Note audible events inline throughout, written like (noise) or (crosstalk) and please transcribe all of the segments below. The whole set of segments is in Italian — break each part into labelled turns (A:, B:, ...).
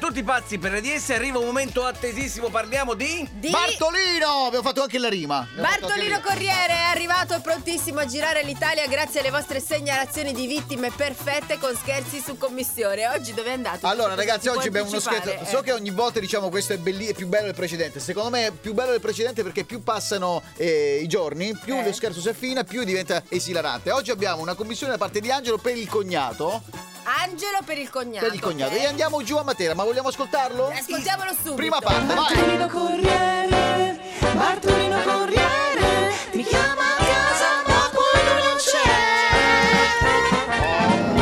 A: tutti pazzi per ADS, arriva un momento attesissimo, parliamo di...
B: Di
C: Bartolino! Abbiamo fatto anche la rima. Abbiamo fatto anche la
B: Bartolino
C: rima.
B: Corriere è arrivato e prontissimo a girare l'Italia grazie alle vostre segnalazioni di vittime perfette con scherzi su commissione. Oggi dove è andato?
C: Allora,
B: Cosa
C: ragazzi,
B: si può
C: oggi abbiamo uno scherzo.
B: anticipare?
C: So
B: Eh.
C: che ogni volta diciamo questo è, belli- è più bello del precedente. Secondo me è più bello del precedente perché più passano eh, i giorni, più
B: Eh.
C: lo scherzo si affina, più diventa esilarante. Oggi abbiamo una commissione da parte di Angelo per il cognato.
B: Angelo per il cognato.
C: per il cognato.
B: ok?
C: E andiamo giù a Matera, ma vogliamo ascoltarlo?
B: Ascoltiamolo subito.
C: Prima parte, vai!
D: Bartolino Corriere, Bartolino Corriere, mi chiama a casa ma poi lui non c'è.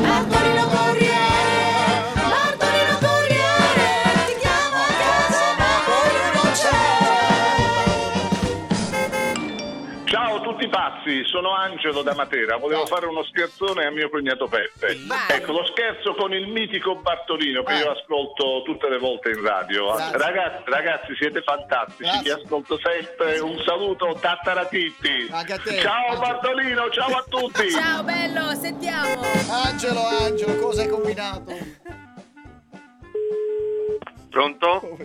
D: Bartolino Corriere, Bartolino Corriere, ti chiama a casa ma poi lui non c'è.
E: Ciao a tutti pazzi, sono Angelo da Matera. Volevo fare uno scherzone a mio cognato Peppe.
B: Vai.
E: Ecco, lo scherzo con il mitico Bartolino che
C: Eh.
E: io ascolto tutte le volte in radio.
C: Grazie.
E: Ragazzi, ragazzi, siete fantastici, vi
C: Grazie.
E: ascolto sempre. Un saluto, Tattaratitti.
C: Anche a te.
E: Ciao
C: Anche-
E: Bartolino, ciao a tutti.
B: Ciao bello, sentiamo.
C: Angelo, Angelo, cosa hai combinato?
F: Pronto?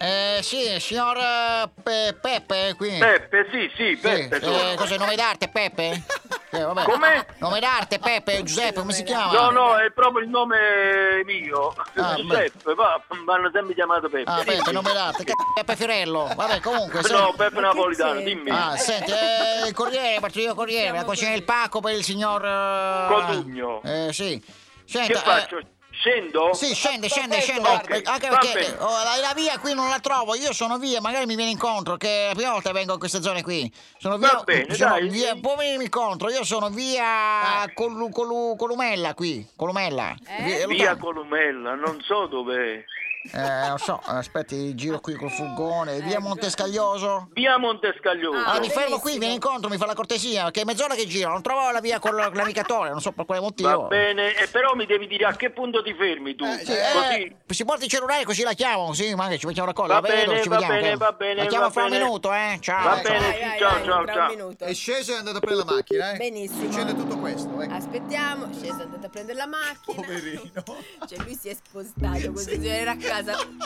G: Eh sì, signor eh, Pe- Peppe qui.
F: Peppe, sì, sì,
G: Sì,
F: Peppe. sono.
G: eh, cos'è nome d'arte
F: (laughs)
G: Peppe? Eh, vabbè.
F: Com'è?
G: Nome d'arte Peppe, Giuseppe, come si chiama?
F: No, no, è proprio il nome mio.
G: Ah,
F: Giuseppe, va, mi hanno sempre chiamato Peppe.
G: Ah, Peppe, nome d'arte, c***o, Peppe Fiorello. Vabbè, comunque, se-
F: No, Peppe Napolitano, dimmi.
G: Ah, senti, eh, il Corriere, Bartolino Corriere, la cucina del pacco per il signor eh,
F: Codugno.
G: Eh sì.
F: che
G: Senta, eh,
F: faccio? Scendo?
G: Sì, scende, scende,
F: perfetto,
G: scende.
F: ok,
G: Anche
F: va
G: perché
F: bene.
G: oh, la, la via qui non la trovo, io sono via, magari mi viene incontro, che è la prima volta che vengo in queste zone qui. Sono via.
F: Va bene,
G: sono
F: dai. eh.
G: via- può venirmi incontro, io sono via Collu- Collu- Columella qui. Columella.
B: Eh?
G: lo
F: Via
G: trovo?
F: Columella, non so dov'è.
G: Eh, lo so, aspetti, giro qui col furgone, via Montescaglioso.
F: Via Montescaglioso.
B: Eh, Ah,
G: Allora, mi fermo qui,
B: benissimo.
G: vieni incontro, mi fa la cortesia, perché è mezz'ora che giro, non trovo la via con la- l'amicatore, non so per quale motivo.
F: Va bene, eh, però mi devi dire a che punto ti fermi tu.
G: Eh, sì,
F: Così.
G: eh, si porta il cellulare così la chiamo, così magari ci mettiamo d'accordo.
F: Va
G: la vedo,
F: bene,
G: ci
F: va
G: vediamo,
F: bene,
G: ok?
F: va bene,
G: La chiamo
F: va
G: fra un
F: bene.
G: minuto, eh. Ciao.
F: Va
G: ciao.
F: bene,
B: Vai,
F: sì,
B: vai,
F: ciao,
B: vai,
F: ciao,
B: tra
F: ciao.
B: un minuto.
C: È sceso e è andato a prendere la macchina, eh?
B: Benissimo.
C: Succede tutto questo, ecco.
B: Aspettiamo, sceso, è andato a prendere la macchina.
C: Poverino.
B: (laughs) Cioè lui si è spostato così, era a casa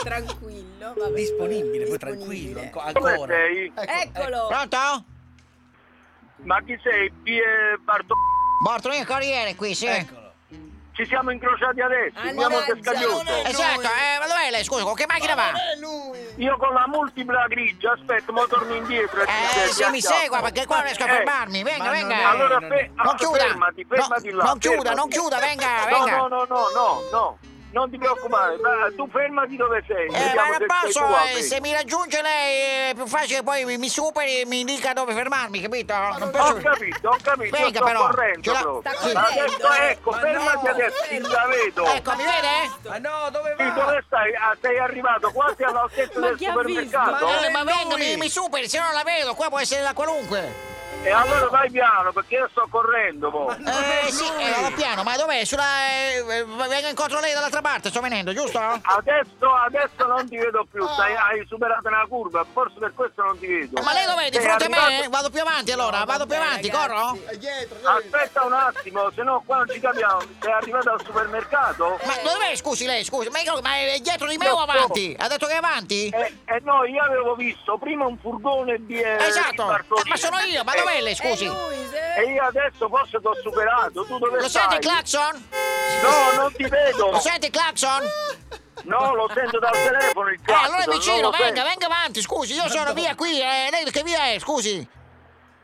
B: tranquillo. vabbè.
A: Disponibile, poi tranquillo,
B: Disponibile.
A: anco-
F: Dove
A: ancora.
F: sei?
C: Ecco,
B: Ecco. Eccolo.
G: Pronto?
F: Ma chi sei? Pie Bartolino.
G: Bartolino Corriere qui, sì.
F: Eh.
A: Eccolo.
F: Ci siamo incrociati adesso, via
B: Allora,
F: Montescaglioso.
G: Esatto, eh, ma dov'è lei? Scusa, con che macchina va?
F: Eh, Io con la multipla grigia, aspetta, mo torno indietro.
G: Eh, se mi segua, perché qua non riesco a
F: Eh,
G: fermarmi. Venga,
A: ma non
G: venga. Eh,
A: è-
F: Allora,
A: non-
F: fe-
G: non
F: allora,
G: chiuda.
F: fermati,
G: No,
F: fermati là.
G: non chiuda,
F: fermati.
G: non chiuda, venga,
F: No,
G: venga.
F: No, no, no, no, no. Non ti preoccupare, va, tu fermati dove sei.
G: Eh, ma non
F: sei
G: posso,
F: qua,
G: eh,
F: Peppe.
G: se mi raggiunge lei è più facile che poi mi, mi superi e mi dica dove fermarmi, capito? Non posso...
F: Ho capito, ho capito,
G: Venga,
F: sto
G: però,
F: correndo
G: ce la-
F: proprio.
B: Sta correndo.
F: Adesso ecco,
A: Ma
F: fermati
A: no.
F: adesso, ti la vedo.
G: Ecco, mi vede?
A: Ma no, dove
F: Sì,
A: va?
F: dove stai? Ah, sei arrivato quasi all'altezza del supermercato.
G: Ma, Eh, ma
A: Lui.
G: venga, mi, mi superi, se no la vedo, qua può essere da qualunque.
F: E allora vai piano, perché io sto correndo. mo.
G: Eh sì, eh, vado piano, ma dov'è? Sulla, eh, eh, vengo incontro a lei dall'altra parte, sto venendo, giusto?
F: Adesso, adesso non ti vedo più, stai- hai superato una curva, forse per questo non ti vedo.
G: Ah. Ma lei dov'è? Di
F: Sei
G: fronte a me?
F: arrivato-
G: Vado più avanti allora, vado più avanti, corro?
C: È dietro,
F: Aspetta un attimo, se no qua non ci capiamo. Sei arrivato al supermercato?
G: Ma dov'è, scusi lei, scusi, ma, io- ma è dietro di me o
F: Eh. No, Eh,
G: avanti? Ha detto che è avanti?
F: E, e no, io avevo visto prima un furgone di... eh, di
G: Esatto,
F: Bartolino.
G: Eh, ma sono io, ma dov'è lei,
B: E
G: scusi?
B: lui,
F: Eh,
B: se...
F: E io adesso forse ti ho superato, tu dove
G: Lo
F: stai?
G: sente il clacson?
F: No, non ti vedo!
G: Lo sente il clacson?
F: Eh, No, lo sento dal telefono il
G: Eh,
F: clacson!
G: allora è
F: non
G: vicino,
F: lo
G: venga,
F: sento.
G: venga avanti, scusi, io sono via qui, eh, lei che via è, scusi?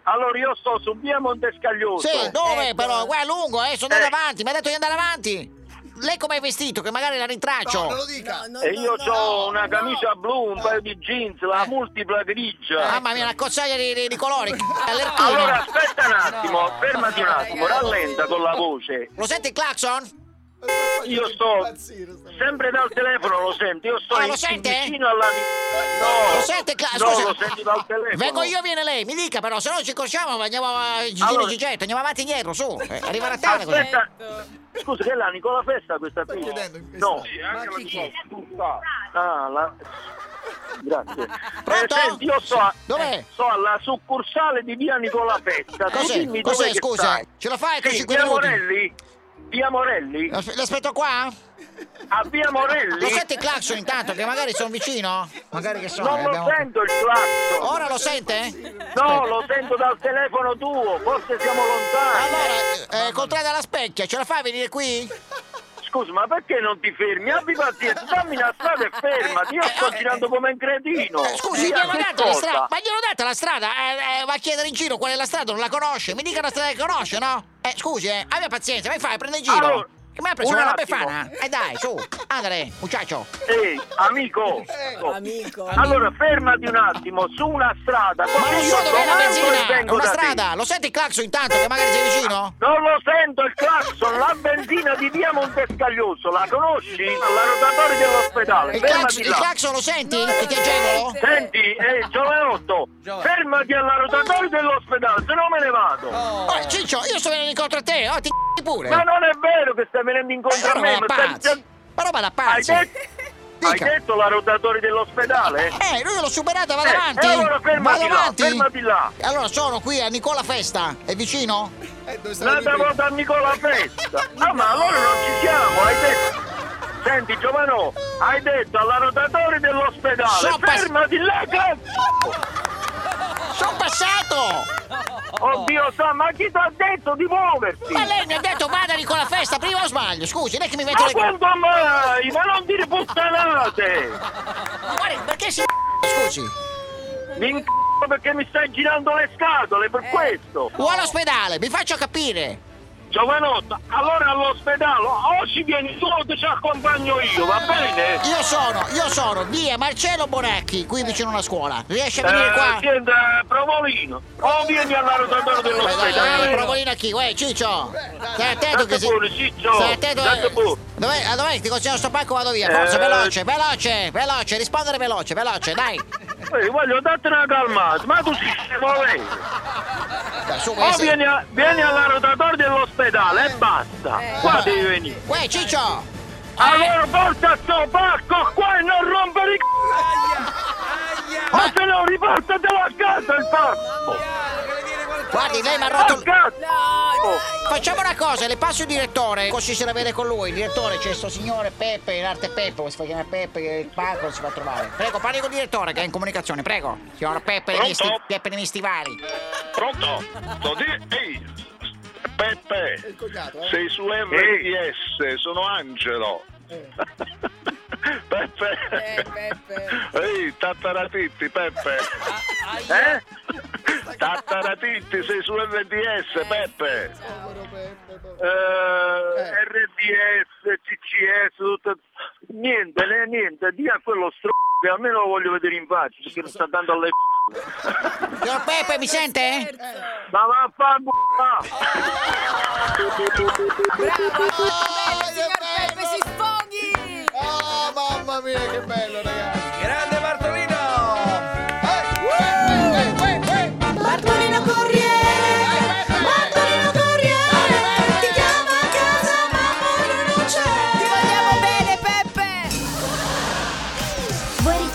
F: Allora io sto su via Montescaglioso.
G: Sì, dove
B: Ecco.
G: però? Qua è lungo, eh, sono andato
F: Eh.
G: avanti, mi ha detto di andare avanti. Lei com'è vestito? Che magari la
C: No,
G: rintraccio.
C: non lo dica.
B: no,
F: E io
B: no, no,
F: ho una
B: no.
F: camicia blu, un paio di jeans, la
G: Eh.
F: multipla grigia.
G: Mamma mia, una cozzaglia di, di- di
F: (laughs)
G: colori. allertino.
F: Allora aspetta un attimo, fermati un attimo, rallenta con la voce.
G: Lo senti il clacson?
F: Io sto sempre dal telefono, lo sento, io sto
G: Ah,
F: in-
G: lo sente?
F: vicino alla No,
G: Lo sente il clacson?
F: No, lo senti dal telefono.
G: Vengo io, viene lei. Mi dica però, se no ci conosciamo, andiamo a Gigino
F: Allora-
G: Gigetto, andiamo avanti e indietro, su. Eh, arrivare a tale così.
F: Aspetta.
B: ecco,
F: Scusa, che è la Nicola Festa questa qui?
C: chiedendo in
F: No.
C: festa.
F: Ah, la... Grazie.
G: (laughs) Pronto?
F: Eh, senti, io sto, a-
G: Dov'è?
F: sto alla succursale di via Nicola Festa. Tu
G: Cos'è?
F: dimmi
G: Cos'è,
F: dov'è che
G: scusa?
F: stai.
G: Ce la fai con
F: Sì,
G: 5
F: via
G: minuti?
F: Morelli? Via Morelli?
G: Aspe- L'aspetto qua?
F: a via Morelli?
G: Eh. Lo sente il clacson intanto, che magari sono vicino? Magari che sono.
F: Non lo
G: Eh, abbiamo- Oh, eh,
F: sento il clacson.
G: Ora lo sente?
F: No, lo sento dal telefono tuo, forse siamo lontani.
G: Allora, eh, contrada alla specchia, ce la fai a venire qui?
F: Scusa, ma perché non ti fermi? Abbi pazienza, dammi una strada e fermati. Io sto girando come un cretino.
G: Eh, Scusi,
F: Sì,
G: gliel'ho
F: che
G: data la
F: cosa?
G: strada. Ma gliel'ho data la strada? Eh, eh, va a chiedere in giro qual è la strada, non la conosce. Mi dica la strada che conosce, no? Eh, scusi, eh, abbia pazienza, vai fai, prende in giro.
F: Allora,
G: che mi ha preso
F: un
G: una
F: attimo.
G: befana? Eh dai, su, andare, muchacho.
F: Ehi, amico.
B: Amico.
F: Allora, fermati un attimo su una strada.
G: Ma
F: così
G: non
F: io
G: so dov'è la
F: domando e
G: benzina,
F: vengo
G: una
F: da te.
G: strada. Lo senti il clacson intanto, che magari sei vicino?
F: Non lo sento il clacson, la benzina di via Montescaglioso, la conosci? Alla rotatoria dell'ospedale,
G: Il
F: fermati
G: clacson, il
F: là.
G: clacson lo senti?
B: No,
G: Che ti
B: no,
G: agevolo?
B: no.
F: Senti, eh, giovanotto,
A: Giovanni.
F: fermati alla rotatoria dell'ospedale, se no me ne vado.
G: Oh, Ciccio, io sto venendo incontro a te, oh, ti c***i pure. Eh,
F: Ma non è vero che stai venendo
G: Ma
F: incontro a
G: roba
F: me,
G: da
F: ma
G: pazzi.
F: stai...
G: Ma roba da
F: Hai
G: pazzi.
F: detto, hai
G: Dica.
F: detto la rotatoria dell'ospedale?
G: Eh, lui l'ho superato,
F: Eh,
G: vado avanti.
F: e allora fermati
G: vado
F: là,
G: avanti.
F: fermati là.
G: E Allora sono qui a Nicola Festa, è vicino?
C: Eh, dove stavo io
F: L'altra
C: prima?
F: volta con la (laughs) festa. Ah, ma allora non ci siamo, hai detto. Senti, Giovano, hai detto alla rotatoria dell'ospedale,
G: Sopra-
F: fermati là, cazzo!
G: Sono passato!
F: Oddio, sa, ma chi ti ha detto di muoverti?
G: Oh. Ma lei mi ha detto vada a Nicola Festa, prima o sbaglio? Scusi, non è che mi metto
F: Ma
G: le...
F: quando mai? Ma non dire puttanate!
G: Ma guarda, perché si... (laughs) Scusi.
F: Mi incazzo perché mi stai girando le scatole,
G: Eh.
F: per questo!
G: O all'ospedale, mi faccio capire.
F: Giovanotto, allora all'ospedale, oggi vieni tu o ti ci accompagno io, va bene?
G: Io sono, io sono via Marcello Bonacchi, qui vicino alla scuola. Riesce a venire
F: Eh,
G: qua?
F: siete a Provolino, o vieni alla rotatoria
G: Dai, dai, dai,
F: dell'ospedale?
G: eh, provolina chi? Uè, Ciccio! Stai attento che
F: Eh, Tanto
G: si...
F: pure, Ciccio!
G: Stai attento
F: Tanto pure!
G: Dov'è, a dov'è? Ti consiglio sto pacco vado via, forza,
F: Eh.
G: veloce, veloce, veloce, rispondere veloce, veloce,
F: (laughs)
G: dai!
F: Ehi, voglio darti una calmata, ma tu ci stai muovendo!
G: Dai, su, eh,
F: O
G: questo.
F: Oh, vieni, a- vieni alla rotatoria dell'ospedale e basta!
G: Eh.
F: Qua devi venire!
G: Uè, Ciccio! Eh,
F: Allora porta sto pacco qua e non rompere i c***o!
A: Aia!
F: Ma se no riportatelo a casa il
E: Oh,
F: pacco!
A: Aia! Che le viene qualcosa!
G: Guardi, lei mi ha
F: A
G: rotto...
F: casa!
B: No,
F: Oh.
G: Facciamo una cosa, le passo il direttore, così se la vede con lui. Il direttore c'è sto signore Peppe, in arte Peppe, come si fa chiamare Peppe, che il pacco non si fa trovare. Prego, parli col direttore che è in comunicazione, prego. Signor Peppe, nei miei sti-
E: Pronto?
G: Peppe nei miei stivali.
E: Pronto? Lo di- Ehi, Peppe,
C: Cognato, eh?
E: sei su RTS, sono Angelo. (laughs) Peppe.
B: Eh,
G: (laughs)
B: Peppe.
E: Ehi, tattaratitti, Peppe.
F: Eh?
E: Tattaratitti, sei su RTS, Peppe.
F: Eh, RDS, CCS, tutto... Niente, né, niente, dia a quello str... che almeno lo voglio vedere in faccia, perché mi sta dando alle p***e.
G: Signor Peppe, mi sente?
F: Ma vaffanculo!
C: Ah, che
B: Signor Peppe,
C: bello!
B: si sfoghi!
C: Ah, mamma mia, che bello, ragazzi!
A: Grande Bartolino!
D: Bartolino Corriere, Bartolino Corriere, ti chiama a casa ma poi non
B: Ti
D: c'è.
B: vogliamo bene, Peppe!
H: Vuoi